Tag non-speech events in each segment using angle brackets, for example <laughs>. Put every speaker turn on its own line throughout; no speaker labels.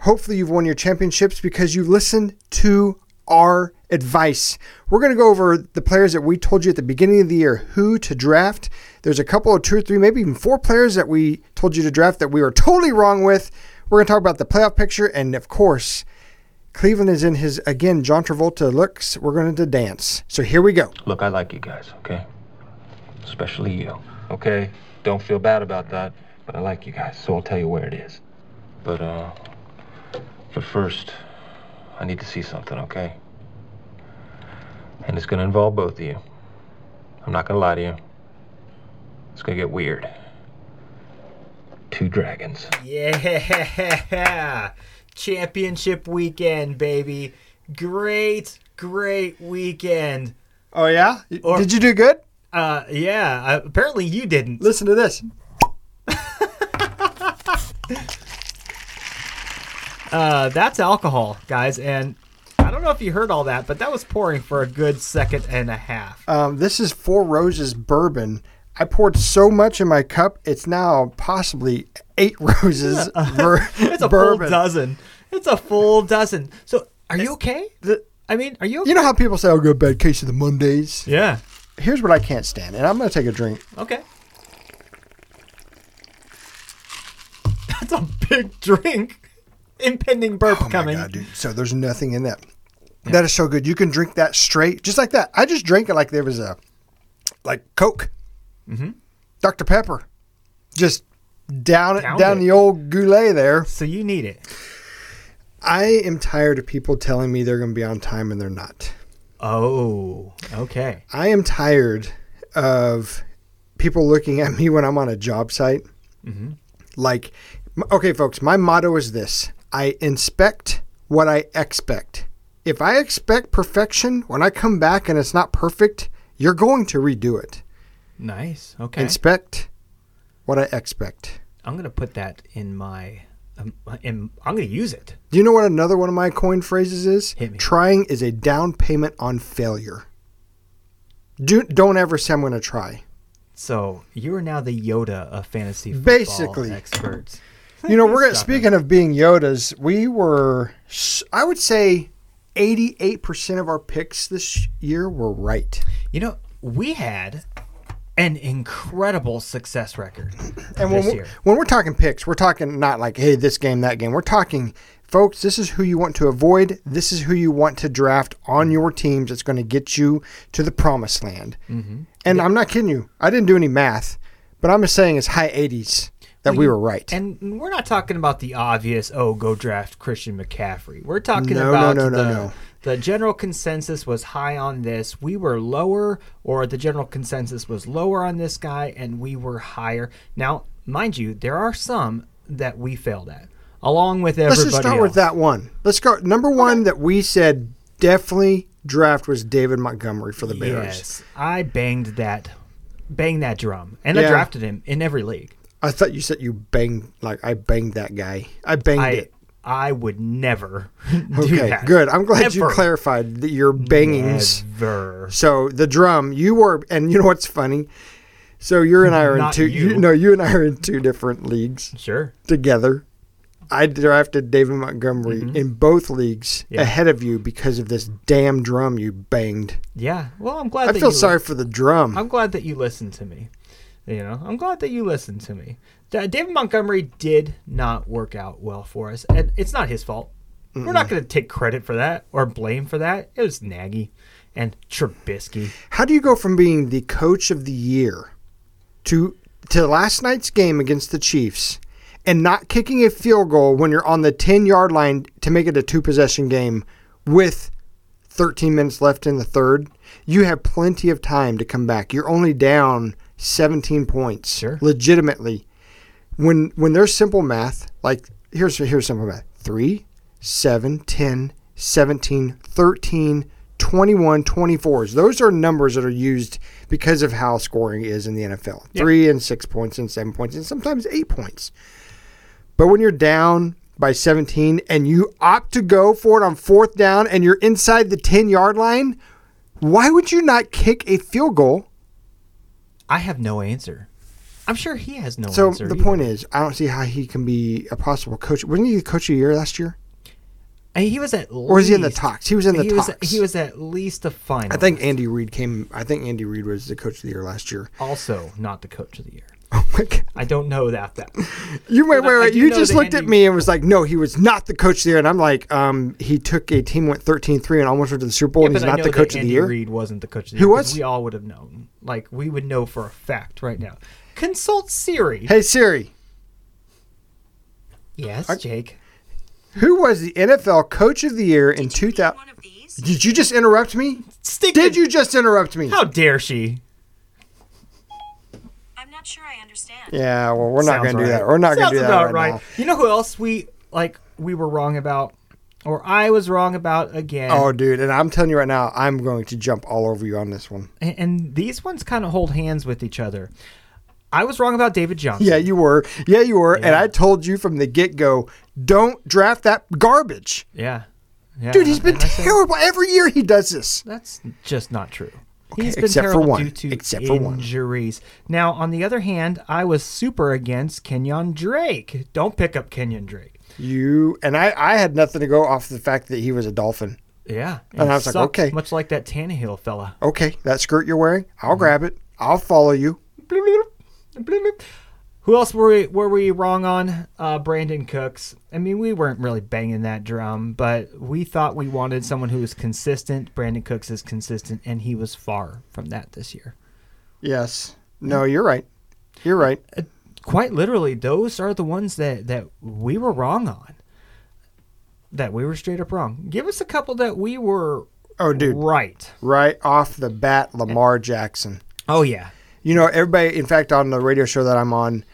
Hopefully, you've won your championships because you listened to our advice. We're going to go over the players that we told you at the beginning of the year who to draft. There's a couple of two or three, maybe even four players that we told you to draft that we were totally wrong with. We're going to talk about the playoff picture, and of course, Cleveland is in his again John Travolta looks. We're going to dance. So here we go.
Look, I like you guys, okay? Especially you, okay? Don't feel bad about that, but I like you guys, so I'll tell you where it is. But, uh, but first, I need to see something, okay? And it's gonna involve both of you. I'm not gonna lie to you. It's gonna get weird. Two dragons.
Yeah. Championship weekend, baby. Great, great weekend.
Oh yeah,
Or-
did you do good?
Uh, yeah. Uh, apparently you didn't.
Listen to this.
Uh, that's alcohol, guys, and I don't know if you heard all that, but that was pouring for a good second and a half.
Um, this is Four Roses bourbon. I poured so much in my cup, it's now possibly eight <laughs> roses. bur-
<laughs> It's a
bourbon.
full dozen. It's a full dozen. So, are you okay? I mean, are you? Okay?
You know how people say, "I'll go bad case of the Mondays."
Yeah.
Here's what I can't stand, and I'm going to take a drink. Oh
Okay. <laughs> That's a big drink. Impending burp
Oh my
coming.
God, dude. So there's nothing in that. That is so good. You can drink that straight, just like that. I just drank it like there was a, like Coke,
Mm-hmm.
Dr Pepper, just down
Downed
down
it.
the old goulet there.
So you need it.
I am tired of people telling me they're going to be on time and they're not.
Oh, okay.
I am tired of people looking at me when I'm on a job site.
Mm-hmm.
Like, m- okay, folks, my motto is this I inspect what I expect. If I expect perfection, when I come back and it's not perfect, you're going to redo it.
Nice. Okay.
Inspect what I expect.
I'm gonna put that in my. Um, in, I'm gonna use it.
Do you know what another one of my coin phrases is?
Hit me.
Trying is a down payment on failure. Do, don't ever say I'm going to try.
So you are now the Yoda of fantasy football
Basically.
experts.
You know, we're gonna,
Stop
speaking of being Yodas, we were, s- I would say, eighty-eight percent of our picks this year were right.
You know, we had an incredible success record
And when
this
we're,
year.
when we're talking picks, we're talking not like, hey, this game, that game. We're talking, folks, this is who you want to avoid. This is who you want to draft on your teams. That's going to get you to the promised land.
Mm-hmm.
And I'm not kidding you. I didn't do any math, but I'm just saying it's high eighties that we were right.
And we're not talking about the obvious, oh, go draft Christian McCaffrey. We're talking
No, no,
about
no, no,
the,
no.
the general consensus was high on this. We were lower, or the general consensus was lower on this guy, and we were higher. Now, mind you, there are some that we failed at, along with everybody
Let's just start with
else.
that one. Let's go. Number one that we said definitely draft was David Montgomery for the Bears.
Yes, I banged that, banged that drum, and I
Yeah.
drafted him in every league.
I thought you said you banged, like, I banged that guy. I banged
I
it.
I would never <laughs> do
Okay,
that.
good. I'm glad you
Ever.
clarified that your bangings.
Ever.
So the drum, you were, and you know what's funny? So you're and I are in
Not
two.
you.
no, you and I are in two different leagues
Sure.
together. I drafted David Montgomery in both leagues
Mm-hmm. Yeah.
ahead of you because of this damn drum you banged.
Yeah. Well, I'm glad.
I
that
feel
you
sorry for the drum.
I'm glad that you listened to me. You know, I'm glad that you listened to me. Da- David Montgomery did not work out well for us, and it's not his fault. We're not going to take credit for that or blame for that. It was Nagy and Trubisky.
How do you go from being the coach of the year to to last night's game against the Chiefs and not kicking a field goal when you're on the 10-yard line to make it a two-possession game with 13 minutes left in the third? You have plenty of time to come back. You're only down 17 points
Sure.
legitimately. When when there's simple math, like here's here's simple math. 3 7 10 17 13 21 24s. Those are numbers that are used because of how scoring is in the NFL. 3 and 6 points and 7 points and sometimes 8 points. But when you're down by 17 and you opt to go for it on fourth down and you're inside the 10 yard line, why would you not kick a field goal?
I have no answer. I'm sure he has no
So
answer.
the
either.
point is, I don't see how he can be a possible coach. Wasn't he the coach of the year last year,
And he was at
or was he in the
least-
talks? He was in the
he
talks.
was he was at least a final.
I think Andy Reid came. I think Andy Reid was the coach of the year last year. <laughs>
also not the coach of the year.
Oh my god!
I don't know that that.
You wait,
But I-
wait,
I
wait.
do
You
know
just
that
looked at
Andy-
me and was like, "No, he was not the coach of the year." And I'm like, um, "He took a team went 13-3 and almost went to the Super Bowl,
Yeah,
and
but
he's
I
not
know
the
that
coach of the
Andy
year."
Reid wasn't the coach of the
Who
year. 'cause
was?
We all would have known. Like we would know for a fact right now. Consult Siri.
Hey Siri,
yes, Jake.
who was the NFL coach of the year in 2000?
One of these?
Did you just interrupt me?
Stick
Did
to-
you just interrupt me?
How dare she?
I'm not sure I understand.
Yeah, well, we're not
Sounds
going to do
right.
that. We're not going
Sounds
to do that
about
right,
right.
now.
You know who else we like? We were wrong about, or I was wrong about again.
Oh, dude, and I'm telling you right now, I'm going to jump all over you on this one.
and, and these ones kind of hold hands with each other. I was wrong about David Johnson.
Yeah, you were. Yeah, you were. And
Yeah.
I told you from the get go, don't draft that garbage.
Yeah. yeah.
Dude, he's been
Uh, And I said,
terrible. Every year he does this.
That's just not true. he's
Okay,
been
except for
terrible
one.
due to
Except for one.
injuries. Now, on the other hand, I was super against Kenyon Drake. Don't pick up Kenyon Drake.
You and I, I had nothing to go off the fact that he was a dolphin.
Yeah.
And I was like,
sucked,
okay.
Much like that Tannehill fella.
Okay, that skirt you're wearing, I'll grab it. I'll follow you.
Bloop, bloop, bloop, bloop. Who else were we were we wrong on? Uh, Brandon Cooks. I mean, we weren't really banging that drum, but we thought we wanted someone who was consistent. Brandon Cooks is consistent, and he was far from that this year.
Yes. No, you're right. You're right.
quite literally, those are the ones that that we were wrong on. That we were straight up wrong. Give us a couple that we were
Oh, dude,
right.
right off the bat, Lamar Jackson.
Oh yeah.
You know, everybody. In fact, on the radio show that I'm on,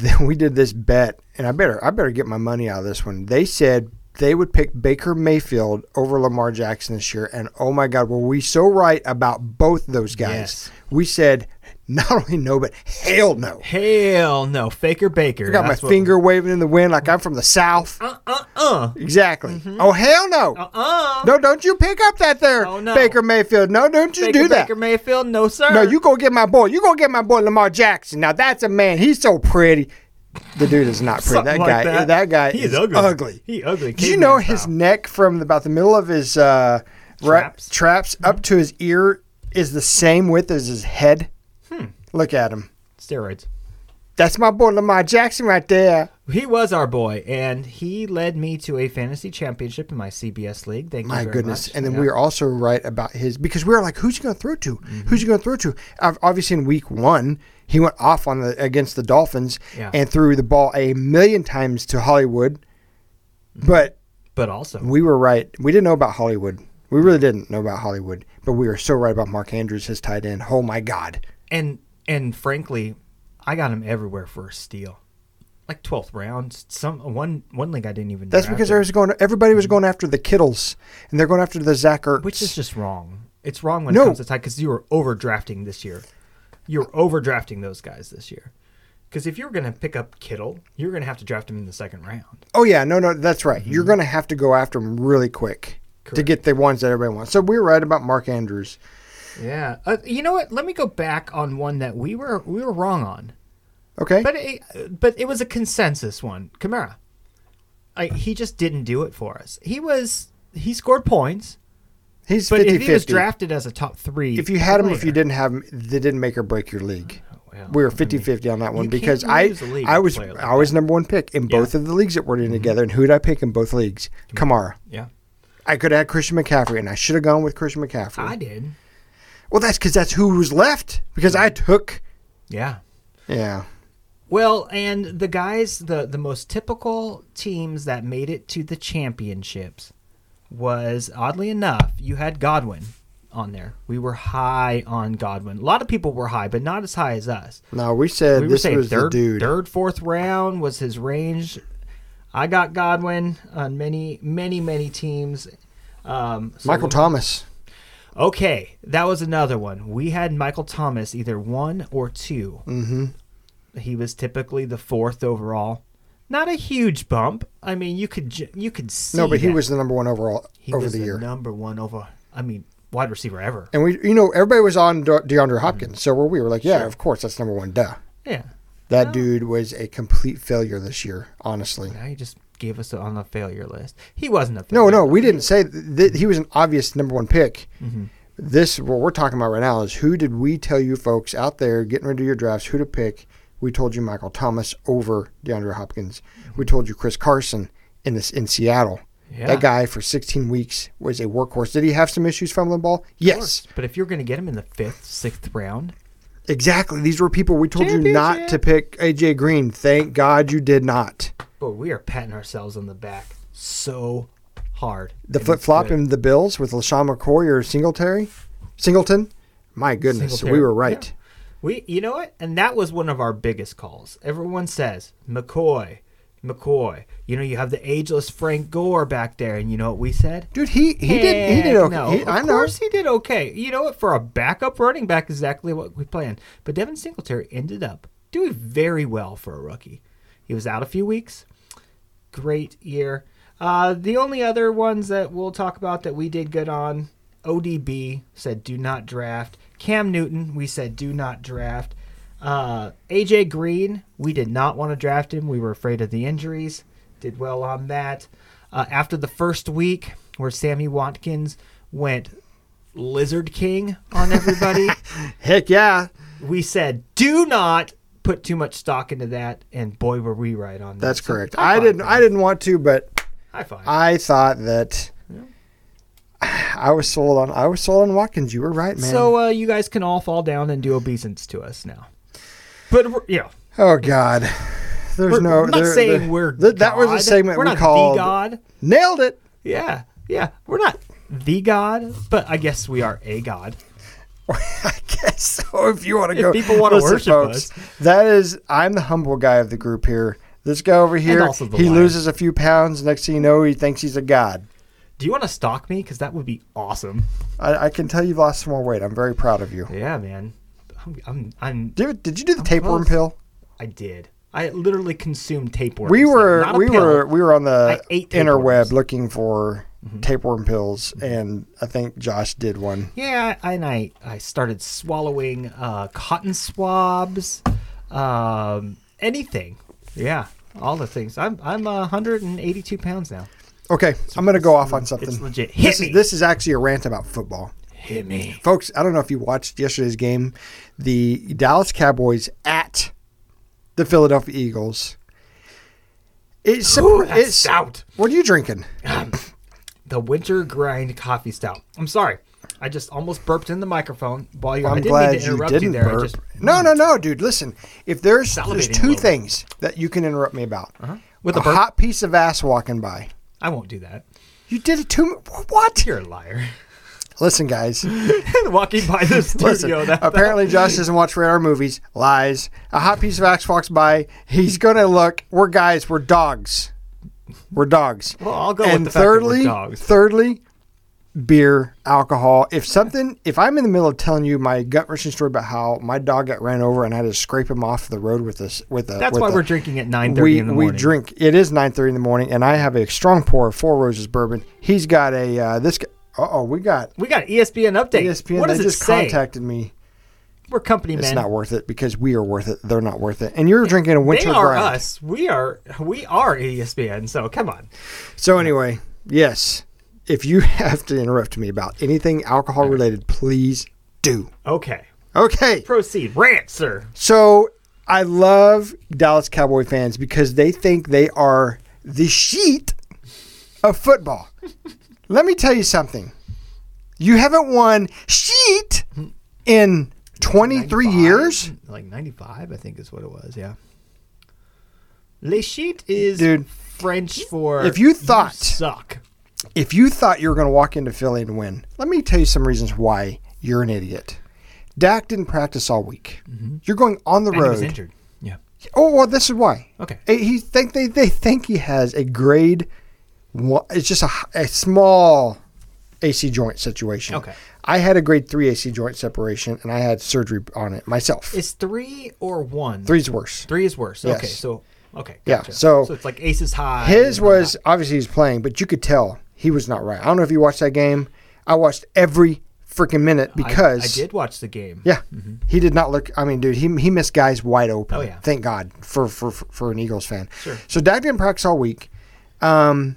th- <laughs> we did this bet, and I better, I better get my money out of this one. They said they would pick Baker Mayfield over Lamar Jackson this year, and oh my God, were we so right about both those guys?
Yes.
We said not only no, but hell no.
Hell no, Faker Baker.
I got my finger waving in the wind like I'm from the South.
Uh uh uh.
Exactly. Oh hell no.
Uh uh.
No, don't you pick up that there,
Oh, no.
Baker Mayfield. No, don't you
Baker,
do that.
Baker Mayfield, no sir.
No, you go get my boy. You go get my boy Lamar Jackson. Now that's a man. He's so pretty. The dude is not pretty.
Something
That
like
guy. That.
that.
guy
He
is
is
ugly.
ugly. He ugly,
Do you
caveman
know his
style.
neck from about the middle of his uh, right-
Traps. Mm-hmm.
traps up to his ear is the same width as his head?
Hmm.
Look at him.
steroids.
That's my boy Lamar Jackson right there.
He was our boy, and he led me to a fantasy championship in my CBS league. Thank you.
My
very
goodness.
much.
And then
Yeah.
we are also right about his because we were like, who's he going to throw to? Who's he going to throw to? Ob- Obviously, in week one, he went off on the against the Dolphins
Yeah.
and threw the ball a million times to Hollywood. But
but also
we were right. We didn't know about Hollywood. We really didn't know about Hollywood, but we were so right about Mark Andrews, his tight end. Oh my God!
and and frankly, I got him everywhere for a steal. Like twelfth round. Some one one league I didn't even
That's
draft
because
him,
there was going. Everybody was going after the Kittles, and they're going after the Zach Er-, Ertz.
which is just wrong. It's wrong when
No.
it comes to tight because you were overdrafting this year. You're overdrafting those guys this year. Because if you were going to pick up Kittle, you're going to have to draft him in the second round.
Oh yeah, no, no, that's right. You're going to have to go after them really quick to
Mm-hmm. Correct.
get the ones that everybody wants. So we were right about Mark Andrews.
Yeah. Uh, you know what? Let me go back on one that we were we were wrong on.
Okay,
But it, but it was a consensus one. Kamara, I, he just didn't do it for us. He was he scored points,
he's
but
50
if he was drafted as a top three,
if you had him, if you
player-
didn't have him, they didn't make or break your league.
well,
we were
I mean,
50 50 on that one
you
because
can't
I
lose a league
I
with
was
a player like Mm-hmm.
I was number one pick in both of the leagues that we're in together. And who did I pick in both leagues? Kamara.
yeah,
I could add Christian McCaffrey, and I should have gone with Christian McCaffrey.
I did,
well, that's because that's who was left because I took.
yeah.
Yeah,
Well, and the guys, the the most typical teams that made it to the championships was oddly enough, you had Godwin on there. We were high on Godwin. A lot of people were high, but not as high as us.
no, we said
we were
this
saying
was the
third,
dude.
third, fourth round was his range. I got Godwin on many, many, many teams. Um, so-
Michael Thomas.
Okay, that was another one. We had Michael Thomas either one or 2 Mm-hmm. He was typically the fourth overall. Not a huge bump. I mean, you could ju- you could see.
No, but he
that.
was the number one overall
he
over
was
the year.
number one over. I mean, wide receiver ever.
And we, you know, everybody was on De- DeAndre Hopkins, so were we. We We're like, yeah, of course, that's number one. Duh.
Yeah.
That
No.
dude was a complete failure this year, honestly.
Now you just gave us on the failure list. He wasn't a failure.
No, no, we didn't say th- that he was an obvious number one pick.
Mm-hmm.
This what we're talking about right now is who did we tell you folks out there getting rid of your drafts who to pick? We told you Michael Thomas over DeAndre Hopkins. We told you Chris Carson in this in Seattle.
Mm-hmm. Yeah.
That guy for 16 weeks was a workhorse. Did he have some issues fumbling ball?
Of course.
Yes,
But if you're going to get him in the fifth, sixth round,
exactly. These were people we told you not to pick AJ Green. Thank God you did not.
but we are patting ourselves on the back so hard.
The
And
flip
it's
flop
good.
in the Bills with LaShawn McCoy or Singletary? Singleton? My goodness,
Singletary.
we were right.
We, you know what? And that was one of our biggest calls. Everyone says McCoy, McCoy. You know, you have the ageless Frank Gore back there, and you know what we said?
Dude, he, he did he did
Heck
okay.
No,
He-
of
I know.
course he did okay. You know what? For a backup running back, exactly what we planned. But Devin Singletary ended up doing very well for a rookie. He was out a few weeks. Great year. Uh, the only other ones that we'll talk about that we did good on, ODB said do not draft. Cam Newton, we said do not draft. Uh, AJ Green, we did not want to draft him. We were afraid of the injuries. Did well on that. Uh, after the first week, where Sammy Watkins went Lizard King
<laughs>
on everybody,
Heck yeah.
we said do not put too much stock into that. And boy, were we right on that.
That's
So
correct.
high
I
five,
didn't
man.
I didn't want to, but
High five.
I thought that <sighs> I was sold on I was sold on Watkins. You were right, man.
So uh, you guys can all fall down and do obeisance to us now. But we're, yeah,
oh God. There's
we're
no
we're not
there-
saying
there-
we're
th- that was a
God.
segment
we're
we
not
called
the God.
Nailed it.
Yeah, yeah, we're not the God, but I guess we are a God.
<laughs> I guess so. If you want to
If
go,
people wanna
Listen,
worship
folks, that is. I'm the humble guy of the group here. This guy over here,
also the
he
liar.
loses a few pounds. Next thing you know, he thinks he's a god.
Do you want to stalk me? Because that would be awesome.
I, I can tell you've lost some more weight. I'm very proud of you.
Yeah, man. I'm, I'm, I'm
Did, did you do the tapeworm
close.
pill?
I did. I literally consumed tapeworms.
We were
Not a
we
pill.
were we were on the
I ate Mm-hmm.
interweb
tapeworms.
looking for tapeworm pills,
Mm-hmm.
and I think Josh did one.
Yeah, I- and I I started swallowing uh, cotton swabs, um, anything. Yeah, all the things. I'm I'm uh, 182 pounds now.
Okay, I'm gonna go off on
It's
something.
legit. Hit
This
me.
is this is actually a rant about football.
Hit me.
folks, I don't know if you watched yesterday's game. The Dallas Cowboys at the Philadelphia Eagles. It's,
Ooh, that
it's
stout.
What are you drinking?
The winter grind coffee stout. I'm sorry. I just almost burped in the microphone while you. I
I'm
didn't
glad
mean to
you
interrupt
didn't
there. I
burp.
just-
no, no, no, dude. Listen, if there's there's
Salivating a
two
little bit.
things that you can interrupt me about,
With
a
a burp?
hot piece of ass walking by.
I won't do that.
You did it to me. What?
You're a liar. <laughs>
Listen, guys.
Walking by the <laughs> studio.
<laughs> Listen,
that, that-
apparently
<laughs>
Josh doesn't watch radar movies. Lies. A hot piece of axe walks by. He's gonna look. We're guys. We're dogs. We're dogs.
Well, I'll go with
and
the fact that we're
thirdly,
dogs.
thirdly, beer, alcohol. If something, if I'm in the middle of telling you my gut wrenching story about how my dog got ran over and I had to scrape him off the road with this, with a.
That's
with
why
a-
we're drinking at 9:30
we,
in the
we
morning.
drink. It is 9:30 in the morning, and I have a strong pour of Four Roses bourbon. He's got a uh, this. guy- Uh-oh, we got E
We got E ESPN update.
ESPN.
what does
they
it
just
say?
contacted me.
We're company
It's
men.
not worth it because we are worth it. They're not worth it. And you're drinking a winter
they are
grind.
us. We are we are E ESPN. So come on.
So anyway, yes. If you <laughs> have to interrupt me about anything alcohol related, please do.
Okay,
Okay.
proceed. Rant, sir.
So I love Dallas Cowboy fans because they think they are the sheet of football. <laughs> Let me tell you something. You haven't won sheet in 23 years.
Like ninety five, I think is what it was. Yeah. Le sheet is
Dude,
French for
if you thought-
suck.
if you thought you were going to walk into Philly and win, let me tell you some reasons why you're an idiot. Dak didn't practice all week. You're going on the
Mm-hmm. And he was
road.
injured. Yeah.
Oh, well, this is why.
Okay.
Eh, He think they, they think he has a grade. One, it's just a, h- a small AC joint situation.
Okay.
I had a grade three AC joint separation, and I had surgery on it myself.
It's three or one.
Three's worse.
Three is worse. Okay.
Yes.
So okay.
Yeah,
Gotcha.
so-
so it's like aces high.
His
and all
was obviously he's playing, but you could tell he was not right. I don't know if you watched that game. I watched every freaking minute
I-
because
I, did watch the game.
Yeah, he did not look. I mean, dude, he he missed guys wide open.
Mm-hmm. Oh, yeah.
thank God for for for- for an Eagles fan.
Sure.
So Dak didn't practice all week. Um,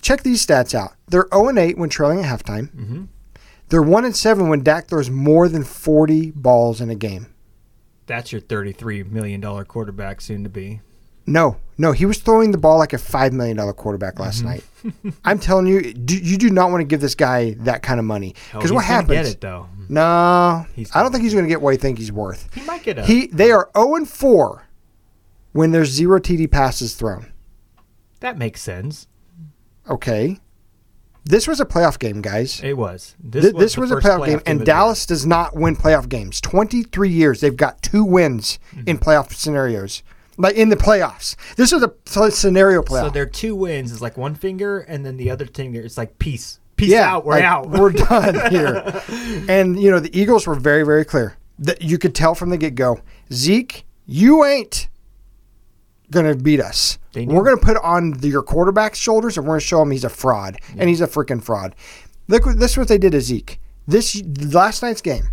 check these stats out. They're zero and eight when trailing at halftime. Mm-hmm. They're one and seven when Dak throws more than forty balls in a game.
That's your $33 million quarterback soon to be.
No, no, he was throwing the ball like a five million dollar quarterback last
Mm-hmm. <laughs>
night. I'm telling you, do, you do not want to give this guy that kind of money
Oh,
because what
he's gonna
happens?
Get it, though.
No,
He's
I don't
gonna-
think he's going to get what he think he's worth.
He might get a.
He they are 0 and 4 when there's zero TD passes thrown.
that makes sense.
Okay. This was a playoff game, guys.
It was.
This,
the
this was, a
first
playoff, game,
of
and
the year.
Dallas does not win playoff games. 23 years they've got two wins in
Mm-hmm.
playoff scenarios. Like in the playoffs. This was a pl- scenario
So
playoff.
their two wins is like one finger, and then the other finger is like peace, peace
yeah,
out, we're
like,
out.
we're
<laughs>
done here. And you know, the Eagles were very very clear. That you could tell from the get-go. Zeke, you ain't going to beat us.
They knew.
We're going to put it on the, your quarterback's shoulders and we're going to show him he's a fraud and he's a freaking fraud. Look, what, this is what they did to Zeke. This last night's game,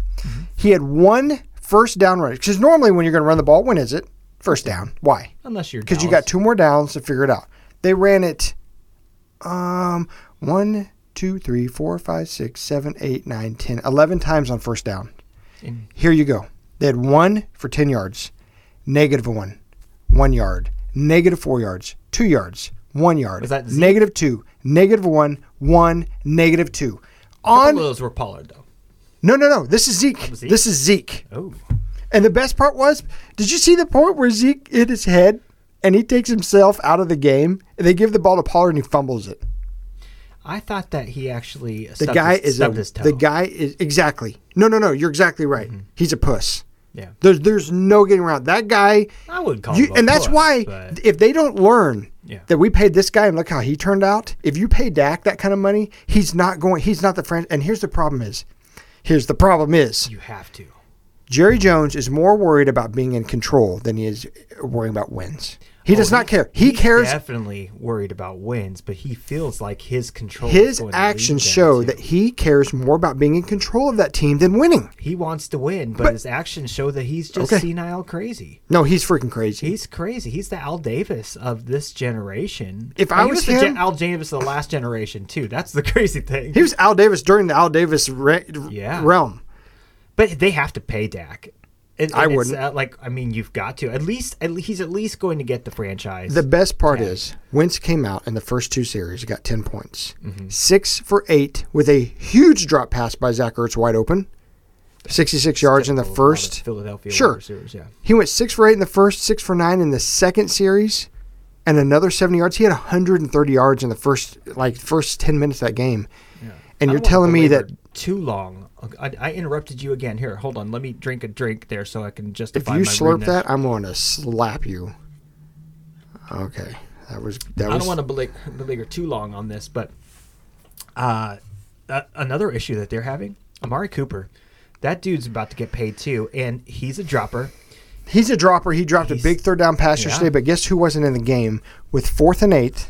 he had one first down run. Because normally when you're going to run the ball, when is it? First down. Why?
Unless you're
Because you
Dallas.
got two more downs to figure it out. They ran it, um, one, two, three, four, five, six, seven, eight, nine, ten, eleven times on first down.
In-
Here you go. They had one for ten yards, negative one, one yard, negative four yards, two yards, one yard,
Was that Zeke?
negative two, negative one, one, negative two.
Couple
On
of those were Pollard though.
no, no, no. This is Zeke.
was Zeke?
This is Zeke.
Oh,
And the best part was, did you see the point where Zeke hit his head and he takes himself out of the game? And they give the ball to Pollard and he fumbles it.
I thought that he actually
The guy is a, the guy is exactly. No, no, no. You're exactly right. He's a puss.
Mm-hmm. Yeah,
There's there's no getting around that guy.
I wouldn't call
you-
him, a
and that's
puss,
why
but
if they don't learn
Yeah.
that we paid this guy and look how he turned out, if you pay Dak that kind of money, he's not going. He's not the friend. And here's the problem is, here's the problem is,
you have to.
Jerry Jones is more worried about being in control than he is worrying about wins. He does
Oh,
not care. He, cares.
Definitely worried about wins, but he feels like his control. is
His
going to lead
actions
them
show
to-
that he cares more about being in control of that team than winning.
he wants to win, but,
But-
his actions show that he's just
Okay.
senile crazy.
No, he's freaking crazy.
He's crazy. He's the Al Davis of this generation.
If
And
I
he
was
the
him-
gen- Al Davis of the last generation too. That's the <laughs> crazy thing.
he was Al Davis during the Al Davis re-
Yeah.
realm.
But they have to pay Dak. And,
I
and it's,
wouldn't.
uh, like, I mean, you've got to. At least, at least he's at least going to get the franchise.
The best part is Wentz came out in the first two series, got ten points,
Mm-hmm.
six for eight with a huge drop pass by Zach Ertz wide open, sixty-six yards in the
Typical of a lot of
first.
Philadelphia
Sure.
Receivers, yeah.
He went six for eight in the first, six for nine in the second series, and another seventy yards. He had hundred and thirty yards in the first like first ten minutes of that game. And
I
you're
don't wanna
telling me that
belabor too long. I, I interrupted you again. Here, hold on. Let me drink a drink there so I can
if
justify.
you
my
slurp
rudeness.
that, I'm going to slap you. Okay, that was that
I
was.
don't want to belag- belabor too long on this, but uh, a- another issue that they're having, Amari Cooper, that dude's about to get paid too, and he's a dropper.
he's a dropper. He dropped a
He's-
big third down pass
Yeah.
yesterday, but guess who wasn't in the game with fourth and eighth.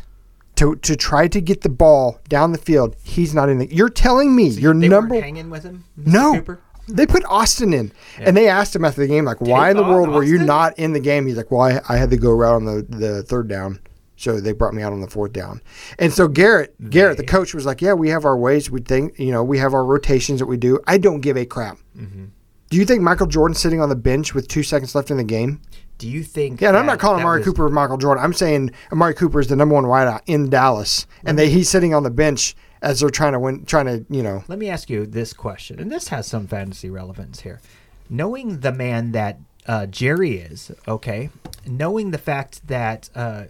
To, to try to get the ball down the field, he's not in the. You're telling me your
they
number
weren't hanging with him. Mr.
No.
Cooper?
They put Austin in, and they asked him after the game, like, "Why in the
on
world were you
Austin?
not in the game?" He's like, "Well, I, I had to go route on the, the third down, so they brought me out on the fourth down." And so Garrett, Garrett, the coach, was like, "Yeah, we have our ways. We think, you know, we have our rotations that we do. I don't give a crap."
Mm-hmm.
Do you think Michael Jordan sitting on the bench with two seconds left in the game?
Do you think?
Yeah, and I'm
that-
not calling
that
Amari
was-
Cooper Michael Jordan. I'm saying Amari Cooper is the number one wideout in Dallas, and they, he's sitting on the bench as they're trying to win, trying to, you know,
Let me ask you this question, and this has some fantasy relevance here. Knowing the man that uh, Jerry is, okay, knowing the fact that uh,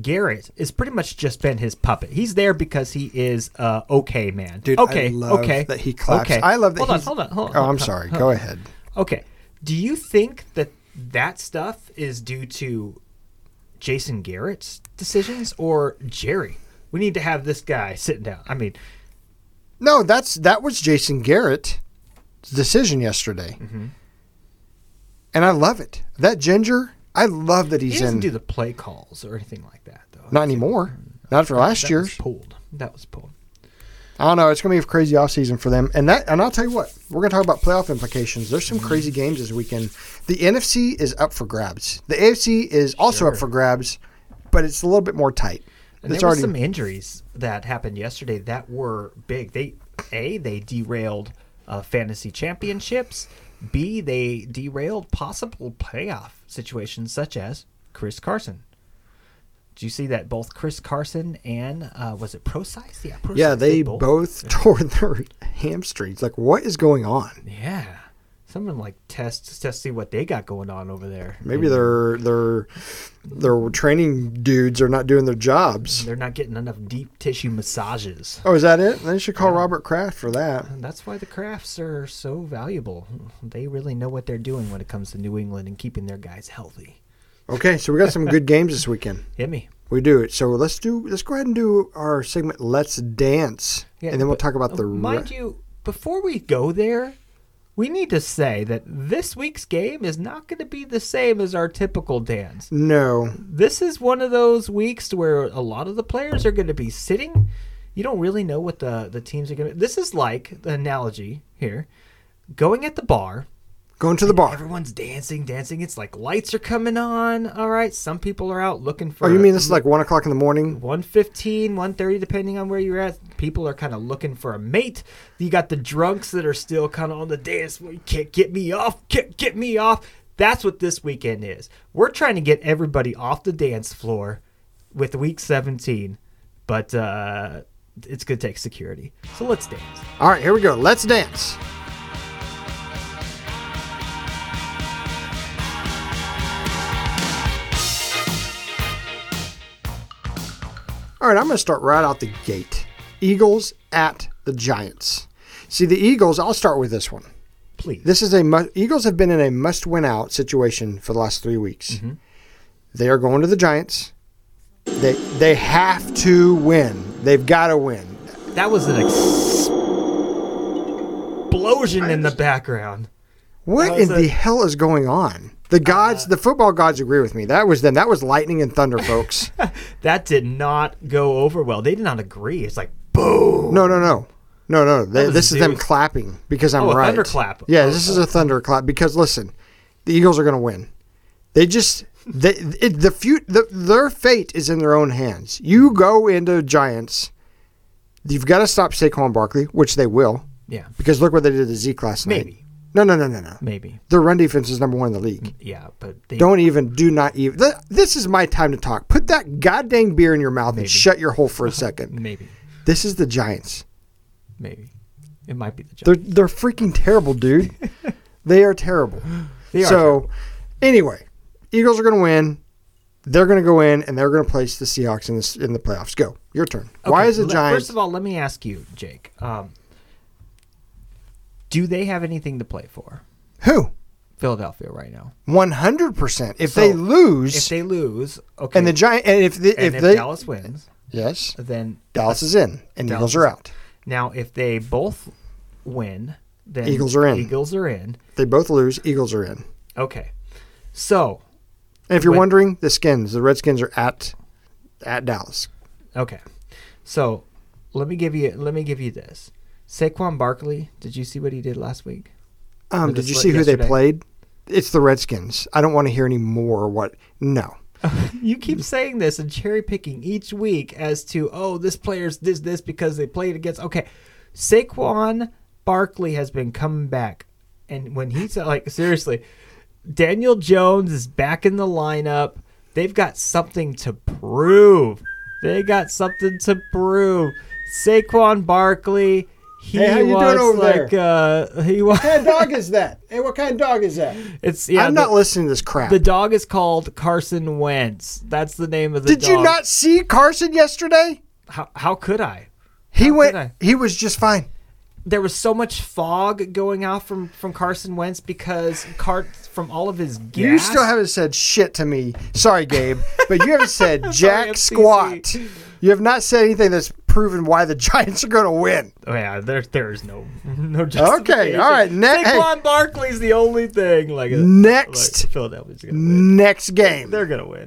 Garrett is pretty much just been his puppet. He's there because he is uh, okay man.
Dude, I
okay,
love
okay,
that he claps. I love that
Hold on,
he's-
hold on, hold on.
Oh,
hold
I'm
on,
sorry.
hold
Go
on.
ahead.
Okay, do you think that that stuff is due to Jason Garrett's decisions or Jerry? We need to have this guy sitting down. I mean,
No, that's that was Jason Garrett's decision yesterday,
Mm-hmm.
and I love it. That ginger, I love that
he
he's
doesn't
in.
do the play calls or anything like that, though.
not anymore. Not for last
That
year.
was pulled. That was pulled.
I don't know. It's going to be a crazy offseason for them. And that, and I'll tell you what, we're going to talk about playoff implications. There's
Mm-hmm.
some crazy games this weekend. The NFC is up for grabs. The AFC is also up
Sure.
for grabs, but it's a little bit more tight.
And
it's
there were
already
some injuries that happened yesterday that were big. They a they derailed uh, fantasy championships. B they derailed possible playoff situations such as Chris Carson. Did you see that both Chris Carson and uh, was it Pro Size? Yeah, Pro
yeah.
Size,
They both <laughs> tore their hamstrings. Like, what is going on?
yeah. Someone like test test see what they got going on over there.
Maybe their their their training dudes are not doing their jobs.
they're not getting enough deep tissue massages.
Oh, is that it? They should call Robert Kraft for that.
And that's why the crafts are so valuable. They really know what they're doing when it comes to New England and keeping their guys healthy.
Okay, so we got some good games this weekend.
Hit me.
We do it. So let's do. Let's go ahead and do our segment. Let's dance, and then we'll
but- uh,
talk about the.
Mind
re-
you, before we go there, we need to say that this week's game is not going to be the same as our typical dance.
no,
This is one of those weeks where a lot of the players are going to be sitting. You don't really know what the, the teams are going to. This is like the analogy here going at the bar
going to the bar.
Everyone's dancing, dancing. It's like lights are coming on. All right, some people are out looking <laughs> for.
Oh, you mean this is like one o'clock in the morning?
115, 130, depending on where you're at. People are kind of looking for a mate. You got the drunks that are still kind of on the dance. floor. You can't get me off. Can't get me off. That's what this weekend is. We're trying to get everybody off the dance floor with week 17, but uh, it's going to take security. So let's dance.
All right, here we go. Let's dance. All right, I'm going to start right out the gate. Eagles at the Giants. See, the Eagles, I'll start with this one.
Please.
This is a mu- Eagles have been in a must-win out situation for the last three weeks. They are going to the Giants. They they have to win. They've got to win.
That was an explosion in the background.
What
That was Uh,
in
a-
the hell is going on? The gods, the football gods, agree with me. That was them. That was lightning and thunder,
<laughs>
folks.
Oh. That did not go over well. They did not agree. It's like boom.
no, no, no, no, no. They,
was
this is them
Zeus.
clapping because I'm
Oh, a
right.
thunderclap.
Yeah,
Oh,
this is a thunderclap because listen, the Eagles are going to win. They just they, it, the, few, the their fate is in their own hands. You go into Giants. You've got to stop Saquon Barkley, which they will,
Yeah,
because look what they did to Zeke last night.
Maybe.
No, no, no, no, no.
maybe.
Their run defense is number one in the league.
Yeah, but they
Don't even, do not even. th- This is my time to talk. Put that goddamn beer in your mouth and shut your hole for a second.
Maybe,
This is the Giants.
maybe. It might be the
They're
Giants.
they're freaking terrible,
<laughs>
dude. they are terrible.
They are
so, anyway, Eagles are going to win. They're going to go in and they're going to place the Seahawks in the s- in the playoffs. Go. Your turn. Why
Okay,
is the
le-
Giants?
First of all, let me ask you, Jake. Um, do they have anything to play for?
who?
Philadelphia right now.
One hundred percent. If
So,
they lose,
If they lose, okay,
and the Giant, and if the,
and
if, they
Dallas wins,
yes,
then
Dallas is in and
Dallas
Eagles are
is-
out.
now if they both win, then
Eagles are in.
Eagles are in.
If they both lose. Eagles are in.
Okay, so
And if you're
Wait.
wondering, the skins, the Redskins are at at Dallas.
Okay. So let me give you let me give you this. Saquon Barkley, did you see what he did last week?
Um,
Or
did
this
you
le-
see who they
yesterday.
played? It's the Redskins. I don't want to hear any more. What? No.
You
Mm.
keep saying this and cherry picking each week as to oh this player's this this because they played against okay. Saquon Barkley has been coming back and when he's like seriously, Daniel Jones is back in the lineup. They've got something to prove. They got something to prove. Saquon Barkley, he
Hey, how you doing
wants
over there?
like uh
<laughs>
he wants
dog is that? Hey, what kind of dog is that?
It's yeah.
I'm
the,
not listening to this crap.
the dog is called Carson Wentz. That's the name of the
did
dog.
you not see Carson yesterday?
How, how could I?
He
I?
went. He was just fine.
There was so much fog going out from from Carson Wentz because Cart from all of his gas.
You still haven't said shit to me. Sorry, Gabe, but you haven't
<laughs>
said jack
FCC.
squat. You have not said anything that's proven why the Giants are going to win.
Oh, yeah, there there is no <laughs> no justification.
all right, ne- hey.
Saquon Barkley's the only thing like uh,
Next.
like Philadelphia's gonna win.
Next game.
They're gonna win.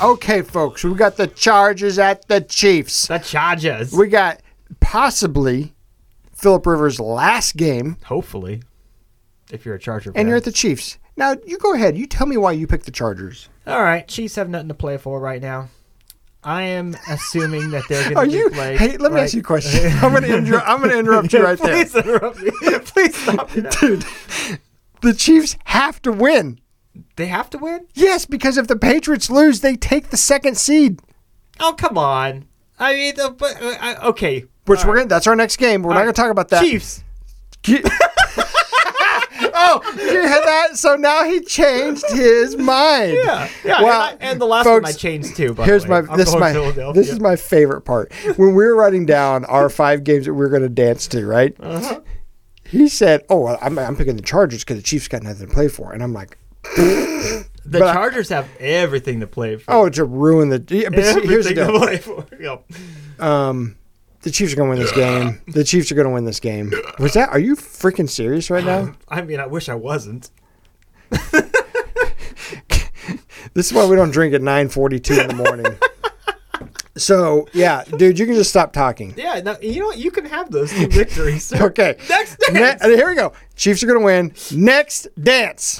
Okay, folks, we got the Chargers at the Chiefs.
The Chargers.
We got possibly Philip Rivers' last game,
Hopefully, if you're a Charger fan.
and you're at the Chiefs. Now, you go ahead. You tell me why you picked the Chargers.
All right, Chiefs have nothing to play for right now. I am assuming that
<laughs>
they're
Are
going to
you?
be played.
Hey, let me ask you a
<laughs>
question. I'm gonna inter- I'm gonna interrupt you right there,
Please interrupt me. Please stop. me now.
dude. The Chiefs have to win.
They have to win?
Yes, because if the Patriots lose, they take the second seed.
Oh, come on. I mean, the, but, uh, I- okay.
Which we're gonna, that's our next game. We're not gonna
All right.
talk about that.
Chiefs.
Ki- <laughs> oh, you hear that? So now he changed his mind.
Yeah. <laughs> Yeah.
Well,
and, I- and the last one I
folks,
changed too. By
Here's
the way.
my
I'm
this is
going
my
Philadelphia.
this is my favorite part. When we were writing down our five games that we are going to dance to, right?
Uh-huh.
He said, "Oh, well, I'm, I'm picking the Chargers because the Chiefs got nothing to play for," and I'm like,
The
but I-
Chargers have everything to play for.
"Oh, to ruin the." yeah, But see,
everything
here's the
to
deal:
play for. Yep.
um, the Chiefs are going to win this game. The Chiefs are going to win this game. Was that? Are you freaking serious right now?
I mean, I wish I wasn't.
This is why we don't drink at 9:42 in the
<laughs>
morning. so yeah, dude, you can just stop talking.
Yeah. No, you know what? You can have those two
<laughs>
victories. sir.
Okay.
Next
Ne-
dance.
here we go. Chiefs are going to win. Next dance.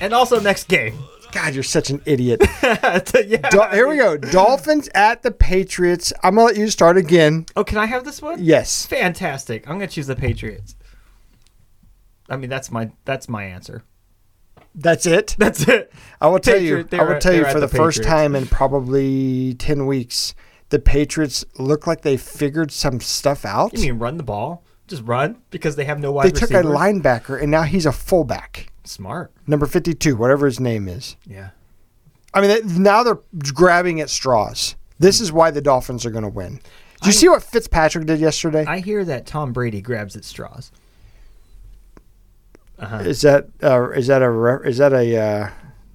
and also next game. <laughs>
God, you're such an idiot.
yeah.
Dol- here we go. Dolphins at the Patriots. I'm gonna let you start again.
Oh, can I have this one?
Yes.
Fantastic. I'm gonna choose the Patriots. I mean, that's my that's my answer. <laughs>
That's it.
That's it.
I will tell
Patriot,
you.
they're
I will
at-
tell you
they're at
for the,
the
first
Patriots.
time in probably ten weeks, the Patriots look like they figured some stuff out.
You mean run the ball? Just run because they have no wide
they took
receivers.
a linebacker and now he's a fullback,
Smart.
number fifty-two, whatever his name is.
Yeah.
I mean, they, now they're grabbing at straws. This is why the Dolphins are going to win. Do you see what Fitzpatrick did yesterday?
I hear that Tom Brady grabs at straws.
Is that uh, is that a re- is that a uh,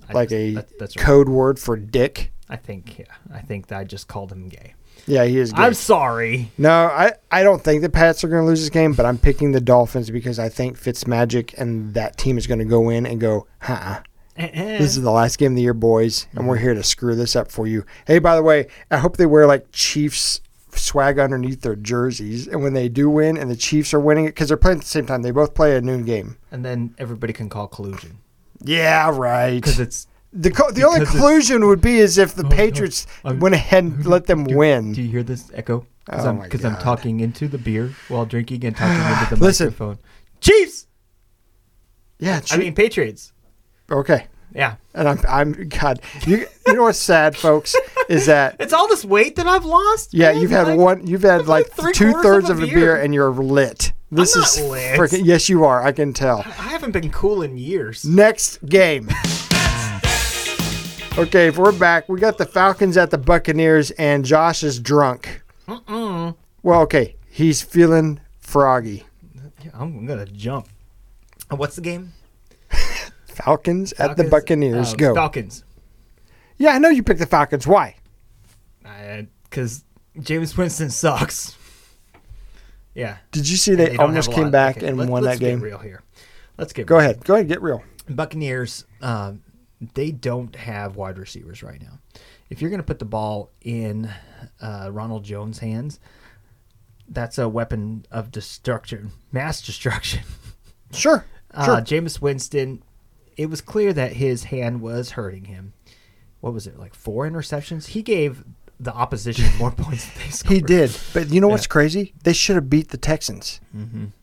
I
like
just-
a
that- that's right.
code word for dick?
I think yeah. I think that I just called him gay.
Yeah, he is. Good.
I'm sorry.
no, I, I don't think the Pats are going to lose this game, but I'm picking the Dolphins because I think Fitzmagic and that team is going to go in and go, huh.
Eh, eh.
This is the last game of the year, boys, and we're here to screw this up for you. Hey, by the way, I hope they wear like Chiefs swag underneath their jerseys, and when they do win, and the Chiefs are winning it because they're playing at the same time. They both play a noon game.
and then everybody can call collusion
Yeah, right.
because it's
The co- the only
because it's- Oh,
collusion would be is if the Patriots
I'm-
went ahead and let them
Do-
win.
Do you hear this echo? Because
Oh
I'm,
my
'cause I'm
God.
talking into the beer while drinking and talking into
<sighs>
the
Listen.
microphone. Chiefs.
yeah,
I mean Patriots.
okay.
Yeah.
And I'm, I'm God. You, you know what's sad, folks, is that
It's all this weight that I've lost.
yeah,
man.
you've had
Like,
one, you've had
I've
like
had three
two thirds
quarters
of a beer, and you're lit. This
not
is
lit.
freaking yes, you are. I can tell.
I haven't been cool in years.
Next game. Okay, if we're back, we got the Falcons at the Buccaneers, and Josh is drunk.
Mm-mm.
Well, okay, he's feeling froggy.
Yeah, I'm gonna jump. Uh, What's the game?
Falcons, at the
Falcons?
Buccaneers
Oh,
go.
Falcons.
yeah, I know you picked the Falcons. Why?
Because James Winston sucks. Yeah.
Did you see
and
they,
don't have
almost
a
came
lot.
back
Okay,
and
let-
won
let's
that game?
Get real here. Let's get
Go
real.
ahead. Go ahead. Get real.
Buccaneers, um, they don't have wide receivers right now. If you're going to put the ball in uh, Ronald Jones' hands, that's a weapon of destruction, mass destruction. <laughs>
Sure. Sure.
Uh, Jameis Winston, it was clear that his hand was hurting him. What was it, like four interceptions? He gave
<laughs>
the opposition more points than they scored.
he did. But you know what's
Yeah.
crazy? They should have beat the Texans.
And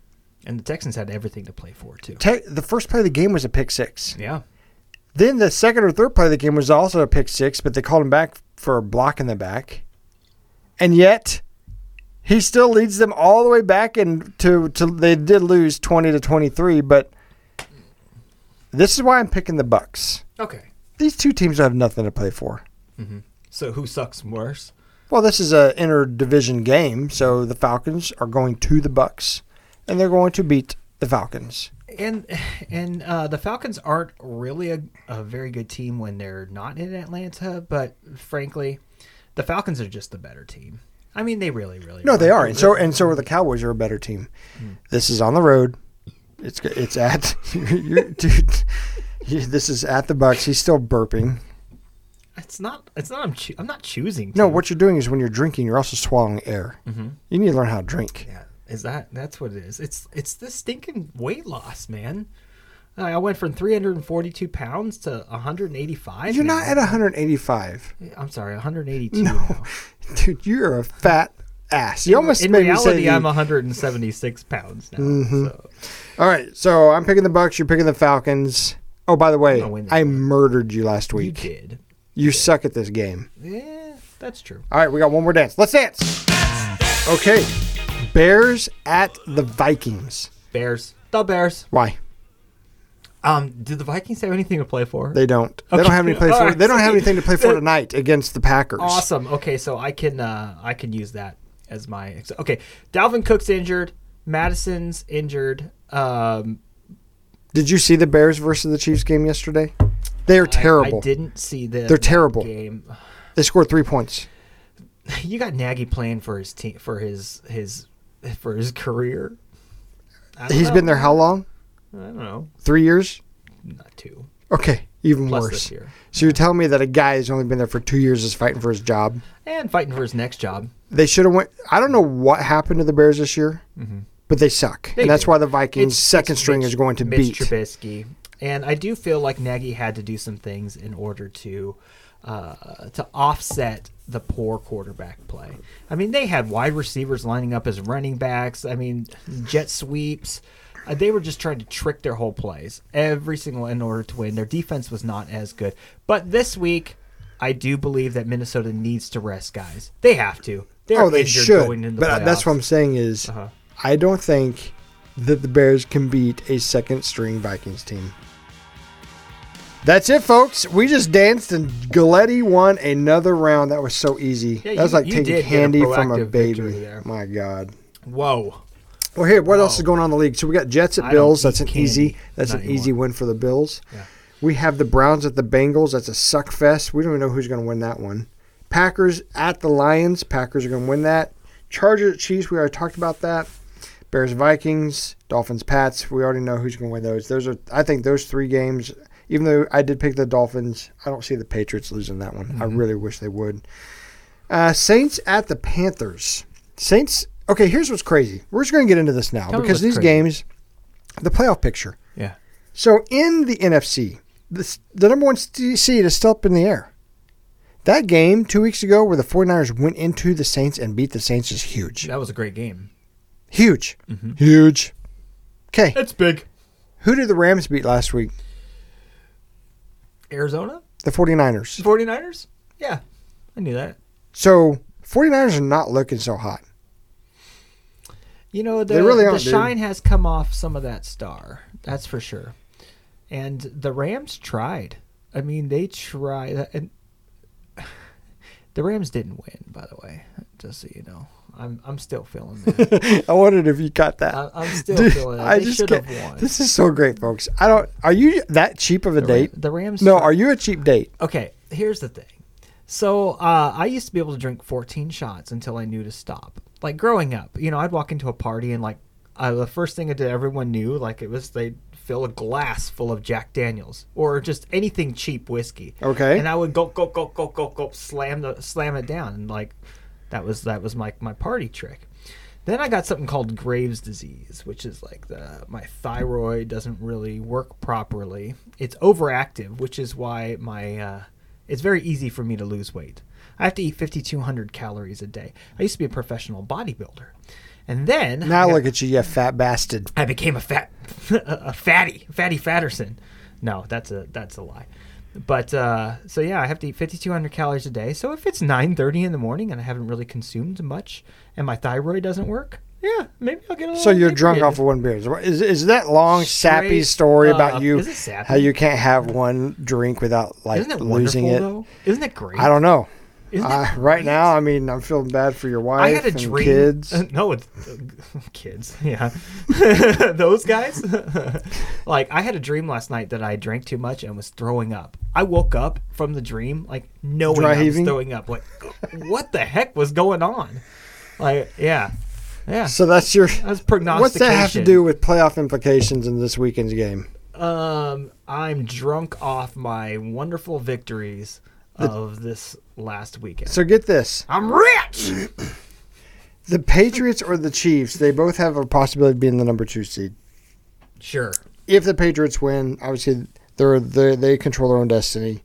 the Texans had everything to play for, too.
Te- the first play of the game was a pick six.
Yeah.
Then the second or third play of the game was also a pick six, but they called him back for blocking the back. And yet, he still leads them all the way back, and to, to they did lose twenty to twenty three. But this is why I'm picking the Bucks.
Okay.
These two teams have nothing to play for.
So who sucks worse?
Well, this is a interdivision game, so the Falcons are going to the Bucks, and they're going to beat the Falcons.
and and uh, the Falcons aren't really a, a very good team when they're not in Atlanta, but frankly, the Falcons are just the better team. I mean, they really, really
No, they are, and so and so are the Cowboys. Are a better team. This is on the road. It's <laughs> it's at you, dude. You, this is at the Bucks. He's still burping.
It's not. It's not. I'm. Choo- I'm not choosing. To.
No, what you're doing is when you're drinking, you're also swallowing air. You need to learn how to drink.
Yeah, is that that's what it is? It's it's the stinking weight loss, man. Uh, I I went from 342 pounds to 185.
You're
now.
not at 185.
I'm sorry, 182.
No,
now.
dude, you're a fat ass. You Mm-hmm. almost
In
made me
reality,
say.
I'm 176 pounds now. So.
All right, so I'm picking the Bucks. You're picking the Falcons. Oh, by the way,
gonna win this
I
one.
murdered you last
You
week.
did.
You, suck at this game.
Yeah, that's true.
All right, we got one more dance. Let's dance. Okay, Bears at the Vikings.
Bears. The Bears.
Why?
Um, do the Vikings have anything to play for?
They don't. They don't
Okay,
have any play
all
for.
right.
They don't have anything to play for
That-
tonight against the Packers.
Awesome. Okay, so I can uh I can use that as my ex- okay. Dalvin Cook's injured. Madison's injured. Um,
Did you see the Bears versus the Chiefs game yesterday? They are
I-
terrible.
I, didn't see the.
They're terrible.
Game.
They scored three points.
<laughs> You got Nagy playing for his team for his his for his career. I don't
He's
know.
been there how long?
I don't know.
Three years.
Not two.
Okay, even
Plus
worse.
this year.
So you're telling me that a guy who's only been there for two years is fighting for his job?
And fighting for his next job.
They should have went. I don't know what happened to the Bears this year, but they suck,
Mm-hmm. They
and that's
do.
why the Vikings' second
it's
string
Mitch-
is going to
Mitch
beat.
Trubisky. And I do feel like Nagy had to do some things in order to uh, to offset the poor quarterback play. I mean, they had wide receivers lining up as running backs. I mean, jet sweeps. Uh, they were just trying to trick their whole plays every single in order to win. Their defense was not as good. But this week, I do believe that Minnesota needs to rest guys. They have to. They're
Oh, they
injured
should.
Going into the
but uh, that's what
playoffs.
I'm saying is,
Uh-huh.
I don't think that the Bears can beat a second string Vikings team. That's it, folks. We just danced and Galletti won another round. That was so easy.
Yeah,
that was
you-
like
you
taking
did get a
candy from a
proactive
baby.
victory there.
My God.
Whoa.
Well, here, what else is going on in the league? So we got Jets at
I don't
Bills.
eat
That's an
candy.
easy. That's
Not
an easy
anymore.
win for the Bills.
Yeah.
We have the Browns at the Bengals. That's a suck fest. We don't even know who's going to win that one. Packers at the Lions. Packers are going to win that. Chargers at Chiefs. We already talked about that. Bears Vikings. Dolphins Pats. We already know who's going to win those. Those are. I think those three games. Even though I did pick the Dolphins, I don't see the Patriots losing that one.
Mm-hmm.
I really wish they would. Uh, Saints at the Panthers. Saints. Okay, here's what's crazy. We're just going to get into this now
Tell me
because
what's
these
crazy.
games, the playoff picture.
Yeah.
So in the NFC, the, the number one st- seed is still up in the air. That game two weeks ago where the 49ers went into the Saints and beat the Saints is huge.
That was a great game.
Huge.
Mm-hmm.
Huge. Okay.
It's big.
Who did the Rams beat last week?
Arizona?
The 49ers.
49ers? Yeah. I knew that.
So 49ers are not looking so hot. <laughs>
You know, the,
They really
the
aren't, dude.
shine has come off some of that star. That's for sure. And the Rams tried. I mean, they tried. uh, And <sighs> the Rams didn't win, by the way, just so you know. I'm, I'm still feeling
<laughs>
that.
I wondered if you caught that.
I, I'm still
Dude,
feeling that.
I
they
just
should have
can't-
won.
This is so great, folks. I don't. Are you that cheap of a
The Ra-
date?
the Rams
No.
tried.
Are you a cheap date?
okay, here's the thing. So uh, I used to be able to drink 14 shots until I knew to stop. Like growing up, you know, I'd walk into a party and like uh, the first thing I did, everyone knew like it was they'd fill a glass full of Jack Daniels or just anything cheap whiskey.
Okay.
And I would go go go go go go slam the slam it down and like that was that was my my party trick. Then I got something called Graves' disease, which is like the my thyroid doesn't really work properly. It's overactive, which is why my uh, it's very easy for me to lose weight. I have to eat 5,200 calories a day. I used to be a professional bodybuilder, and then
Now
I got-
look at you, you fat bastard.
I became a fat, <laughs> a fatty, fatty Fatterson. No, that's a that's a lie. But uh, so yeah, I have to eat 5,200 calories a day. So if it's 9:30 in the morning and I haven't really consumed much, and my thyroid doesn't work, yeah, maybe I'll get a little.
So you're drunk off of
inebriated.
one beer. Is, is that long sappy
Straight
story about
up.
you?
Is it sappy?
How you can't have one drink without like
Isn't it
losing
wonderful
it?
though? Isn't it great?
I don't know.
Isn't it
Uh, right now, I mean, I'm feeling bad for your wife
I had a
and
dream. <laughs>
kids.
Uh, no, it's uh, kids. Yeah, <laughs> those guys. <laughs> like I had a dream last night that I drank too much and was throwing up. I woke up from the dream like knowing
Dry
I was
heaving?
throwing up. Like, what the heck was going on? Like, yeah, yeah.
So that's
<laughs>
your.
That's
What's that have to
prognostication.
do with playoff implications in this weekend's game?
Um, I'm drunk off my wonderful victories of this last weekend.
So get this:
I'm rich.
the Patriots or the Chiefs, they both have a possibility of being the number two seed.
Sure.
If the Patriots win, obviously they're, they they control their own destiny.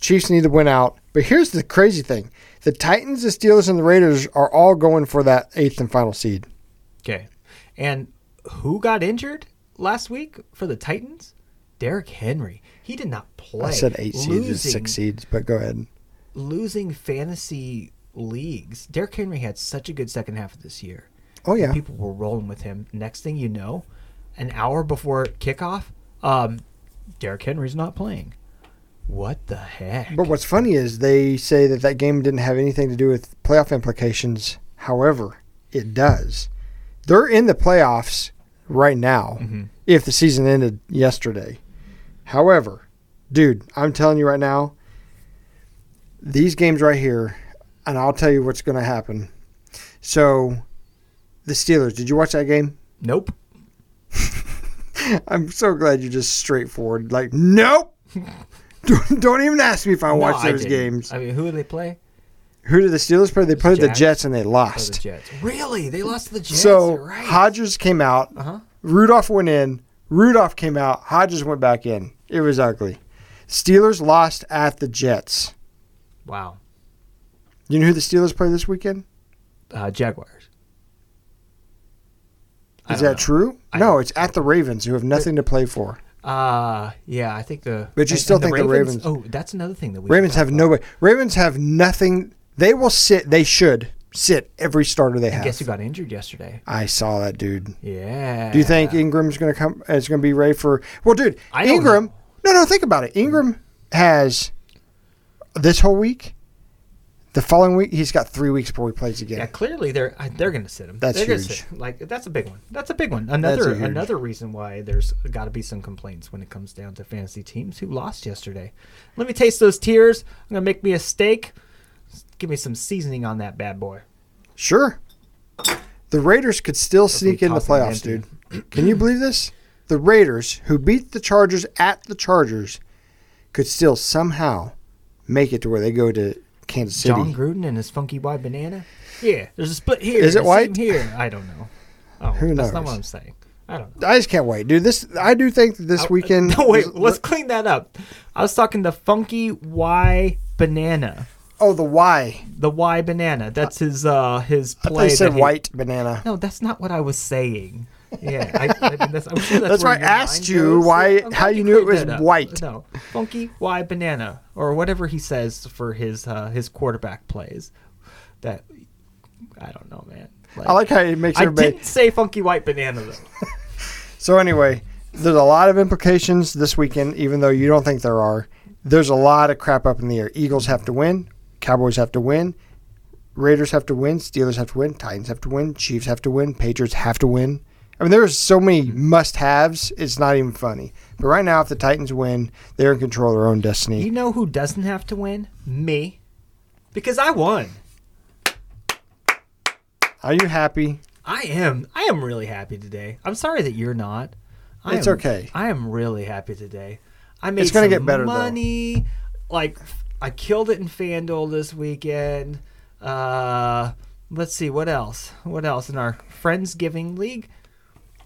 Chiefs need to win out. But here's the crazy thing: the Titans, the Steelers, and the Raiders are all going for that eighth and final seed.
Okay. And who got injured last week for the Titans? Derrick Henry. He did not play.
I said eight seeds is six seeds, but go ahead.
Losing fantasy leagues. Derrick Henry had such a good second half of this year.
Oh yeah,
People were rolling with him. Next thing you know, an hour before kickoff, um, Derrick Henry's not playing. What the heck?
But what's funny is they say that that game didn't have anything to do with playoff implications. However, it does. They're in the playoffs right now
Mm-hmm.
if the season ended yesterday. However, dude, I'm telling you right now, these games right here, and I'll tell you what's going to happen. So, the Steelers, did you watch that game? <laughs>
Nope.
I'm so glad you're just straightforward. Like, nope. <laughs> don't, don't even ask me if I
No,
watch
I
those
didn't.
games.
I mean, who did they play?
Who did the Steelers play? They played the
Jags.
Jets and they
Oh, the
lost.
Jets. Really? They lost to the Jets.
so
You're right.
Hodges came out.
Uh-huh.
Rudolph went in. Rudolph came out. Hodges went back in. It was ugly. Steelers lost at the Jets.
wow.
You know who the Steelers play this weekend?
Uh, Jaguars. I
Is
don't
that true?
I
no,
don't-
it's at the Ravens, who have nothing to play for.
Uh yeah, I think the.
But you still think the Ravens-
Oh, that's another thing that we
Ravens
forgot
have
about.
nobody. Ravens have nothing. They will sit. They should sit every starter they have.
Guess who got injured yesterday?
I saw that dude.
Yeah.
Do you think Ingram's going to come? Is going to be ready for? Well, dude,
I don't
Ingram.
know.
No, no. Think about it. Ingram has this whole week. The following week, he's got three weeks before he plays again.
Yeah, clearly they're I- they're going to sit him.
That's
they're gonna
huge.
sit him. Like that's a big one. That's a big one. Another
a huge-
another reason why there's got to be some complaints when it comes down to fantasy teams who lost yesterday. Let me taste those tears. I'm going to make me a steak. Give me some seasoning on that bad boy.
Sure. The Raiders could still sneak in the
toss them
playoffs,
empty.
dude. Can you believe this? The Raiders, who beat the Chargers at the Chargers, could still somehow make it to where they go to Kansas City.
John Gruden and his funky white banana. Yeah, there's a split here.
Is it
a seam
white?
here? I don't know. Oh,
Who
that's not
knows?
what I'm saying. I don't know.
I just can't wait, dude. This I do think that this weekend.
<laughs> No, wait. Let's clean that up. I was talking the funky Y banana.
Oh, the Y.
The Y banana. That's his uh his
I
play.
thought you said
that he-
white banana.
No, that's not what I was saying. Yeah, I, I mean, that's, I'm sure that's,
That's
where
why I
your
asked
mind
you
goes.
why-
Yeah, I'm
how
glad
you knew it
cleared
was
that up.
white.
No, funky Y banana or whatever he says for his uh, his quarterback plays. That I don't know, man.
I like how it makes
I
everybody.
didn't say funky white banana though.
So anyway, there's a lot of implications this weekend, even though you don't think there are. There's a lot of crap up in the air. Eagles have to win. Cowboys have to win. Raiders have to win. Steelers have to win. Titans have to win. Chiefs have to win. Patriots have to win. I mean, there's so many must-haves. It's not even funny. But right now, if the Titans win, they're in control of their own
You
destiny.
know who doesn't have to win? Me, because I won.
Are you happy?
I am. I am really happy today. I'm sorry that you're not. I
It's
am-
okay.
I am really happy today. I made
It's gonna
some
get better, though.
money. Like I killed it in FanDuel this weekend. Uh, let's see what else. What else in our Friendsgiving league?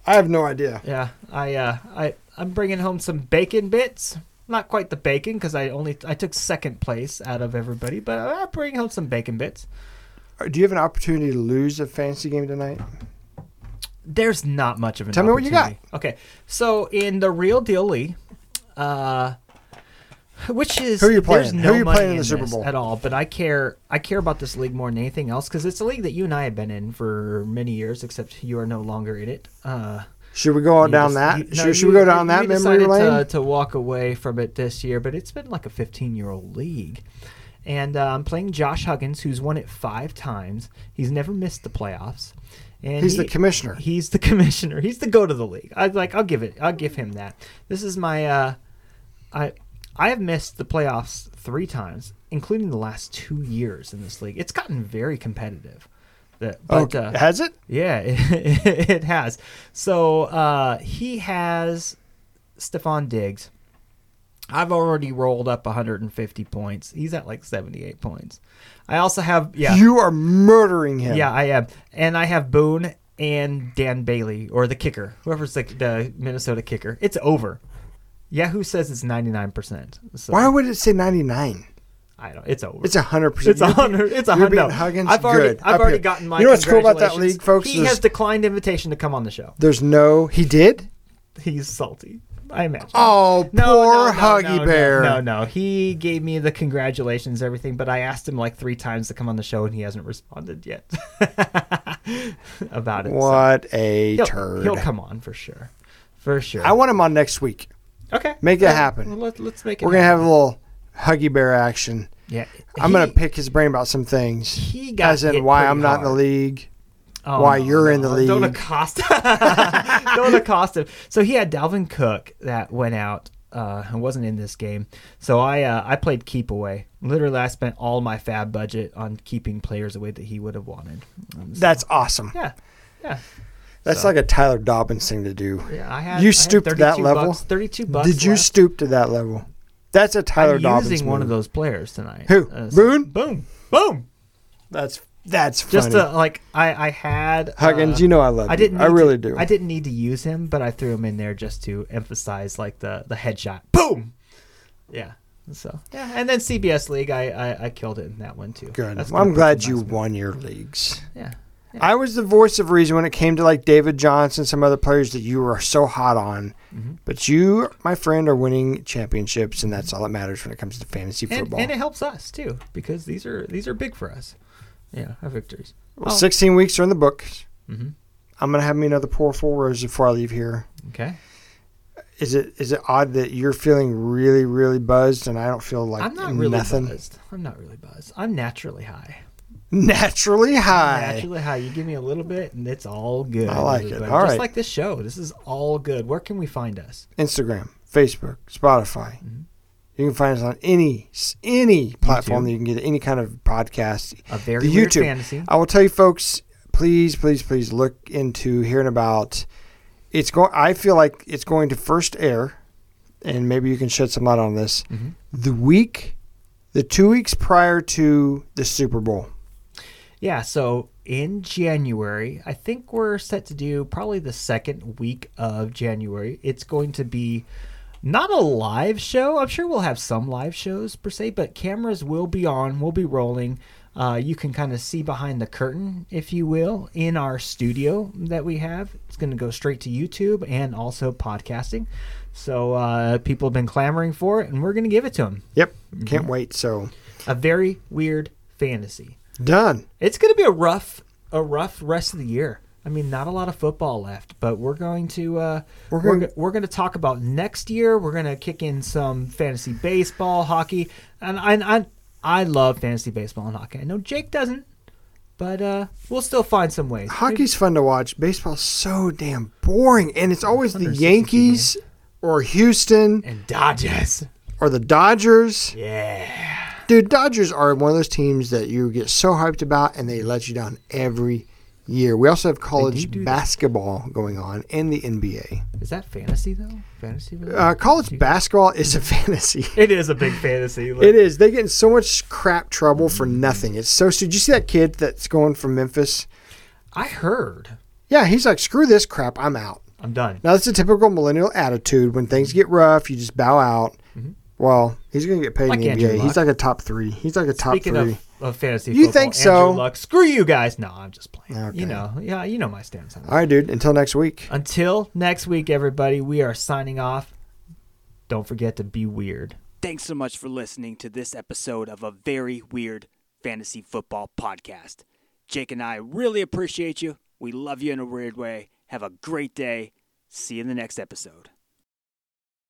I have no idea.
Yeah, I uh, I I'm bringing home some bacon bits. Not quite the bacon because I only I took second place out of everybody, but I bring home some bacon bits.
Uh, Do you have an opportunity to lose a fantasy game tonight?
there's not much of an
Tell me what you got.
opportunity. okay so in the real deal league uh which is
Who are you
There's
playing? Who
no
are you
money
playing in the
this
Super Bowl?
at all, but I care. I care about this league more than anything else because it's a league that you and I have been in for many years. Except you are no longer in it. Uh,
Should we go on
you
down
just-
that?
you- no,
should, should
you-
we go down
you
that memory
decided
lane?
To, to walk away from it this year, but it's been like a 15 year old league. And uh, I'm playing Josh Huggins, who's won it five times. He's never missed the playoffs. And
He's the commissioner.
He's the <laughs> commissioner. He's the go to the league. I like. I'll give it. I'll give him that. This is my. Uh, I I have missed the playoffs three times, including the last two years in this league. It's gotten very competitive. The- but,
okay.
uh,
Has it?
yeah, <laughs> it, it has. So uh, he has Stephon Diggs, I've already rolled up 150 points. He's at like 78 points. I also have yeah.
You are murdering him.
Yeah, I am. And I have Boone and Dan Bailey or the kicker, whoever's the, the Minnesota kicker. It's over. Yahoo says it's 99%. So
Why would it say 99?
I don't. It's over.
It's 100%.
<laughs> It's a
You're-
hundred. It's a
you're
hundred.
beating
no.
Huggins
I've already,
good
I've
up
already
here.
gotten my.
You know what's cool about that
congratulations.
league, folks?
He
There's-
has declined invitation to come on the show.
There's no. He did?
He's salty. I imagine.
Oh, poor Huggy
no,
Bear.
No, no, He gave me the congratulations, everything, but I asked him like three times to come on the show, and he hasn't responded yet <laughs> about it. so
What a
he'll,
turd.
he'll come on for sure, for sure.
I want him on next week.
okay,
make it
Yeah,
happen.
well, let, us make it.
We're going to have a little Huggy Bear action.
Yeah,
I'm going
he-
to pick his brain about some things.
He got
As in
hit
why
pretty
I'm not in the
hard.
league.
Oh,
why you're in the league.
Don't accost. <laughs> don't accost him. So he had Dalvin Cook that went out uh, and wasn't in this game. So I uh, I played keep away. Literally, I spent all my fab budget on keeping players away that he would have wanted. Um, so-
That's awesome.
yeah, yeah,
That's
So-
like a Tyler Dobbins thing to do.
yeah. I had
You
I had
stooped to that
32
level?
bucks- Thirty-two bucks.
Did you
left.
stoop to that level? That's a Tyler
I'm
Dobbins.
using one
move.
of those players tonight. Uh,
Who? Boone?
Boom. Boom.
That's that's funny.
Just to, like I I had
Huggins,
uh,
you know I love.
I didn't.
You. I
need
really
to-
do.
I didn't need to use him, but I threw him in there just to emphasize like the the headshot. Boom. Yeah. So yeah, and then CBS League, I I, I killed it in that one too.
Good.
That's
Well, I'm
gonna
glad
put
you
last minute.
won your leagues.
Yeah.
I was the voice of reason when it came to like David Johnson, some other players that you were so hot on.
Mm-hmm.
But you, my friend, are winning championships, and that's all that matters when it comes to fantasy
And,
football.
and it helps us too because these are these are big for us. Yeah, our victories.
well, 16 weeks are in the books.
Mhm.
I'm gonna have me another pour four rose before I leave here.
Okay.
Is it is it odd that you're feeling really really buzzed and I don't feel like
I'm not really
nothing
buzzed. I'm not really buzzed. I'm naturally high.
naturally high?
Naturally high. You give me a little bit, and it's all good.
I like it.
everybody.
All
Just
right.
like this show. This is all good. Where can we find us?
Instagram, Facebook, Spotify. You can find us on any any platform that you can get any kind of podcast.
A very
The
weird
YouTube.
fantasy.
I will tell you, folks. Please, please, please look into hearing about. It's going. I feel like it's going to first air, and maybe you can shed some light on this. The week, the two weeks prior to the Super Bowl.
Yeah, so in January, I think we're set to do probably the second week of January. It's going to be not a live show. I'm sure we'll have some live shows per se, but cameras will be on, we'll be rolling. Uh, you can kind of see behind the curtain, if you will, in our studio that we have. It's going to go straight to YouTube and also podcasting. So uh, people have been clamoring for it, and we're going to give it to them.
Yep, can't wait. So
A very weird fantasy
done.
it's going to be a rough a rough rest of the year. I mean, not a lot of football left, but we're going to uh, we're
gonna-
going to, we're going to talk about next year. We're going to kick in some fantasy baseball, hockey, and I I, I love fantasy baseball and hockey. I know Jake doesn't, but uh, we'll still find some ways.
Hockey's fun to watch. Baseball's so damn boring, and it's always the Yankees or Houston
and Dodgers,
or the Dodgers.
yeah,
Dude, Dodgers are one of those teams that you get so hyped about and they let you down every year. We also have college
do that.
basketball going on and the NBA.
is that fantasy though? Fantasy? Really?
Uh, college basketball is a <laughs> fantasy.
it is a big fantasy.
It is. They get in so much crap trouble for nothing. It's so stupid. Did you see that kid that's going from Memphis?
I heard.
Yeah, he's like, screw this crap. I'm out.
I'm done.
Now, that's a typical millennial attitude. When things get rough, you just bow out.
Mm-hmm.
Well, he's going to get paid
Like
in the
Andrew
NBA. He's
Luck.
like a top three. He's like a top
Speaking
three.
of, of fantasy,
You
football,
think
Andrew
so?
Luck, screw you guys. No, I'm just playing.
Okay.
You know, yeah, you know my stance on that.
All right, dude. Until next week.
Until next week, everybody, we are signing off. Don't forget to be weird.
Thanks so much for listening to this episode of a very weird fantasy football podcast. Jake and I really appreciate you. We love you in a weird way. Have a great day. See you in the next episode.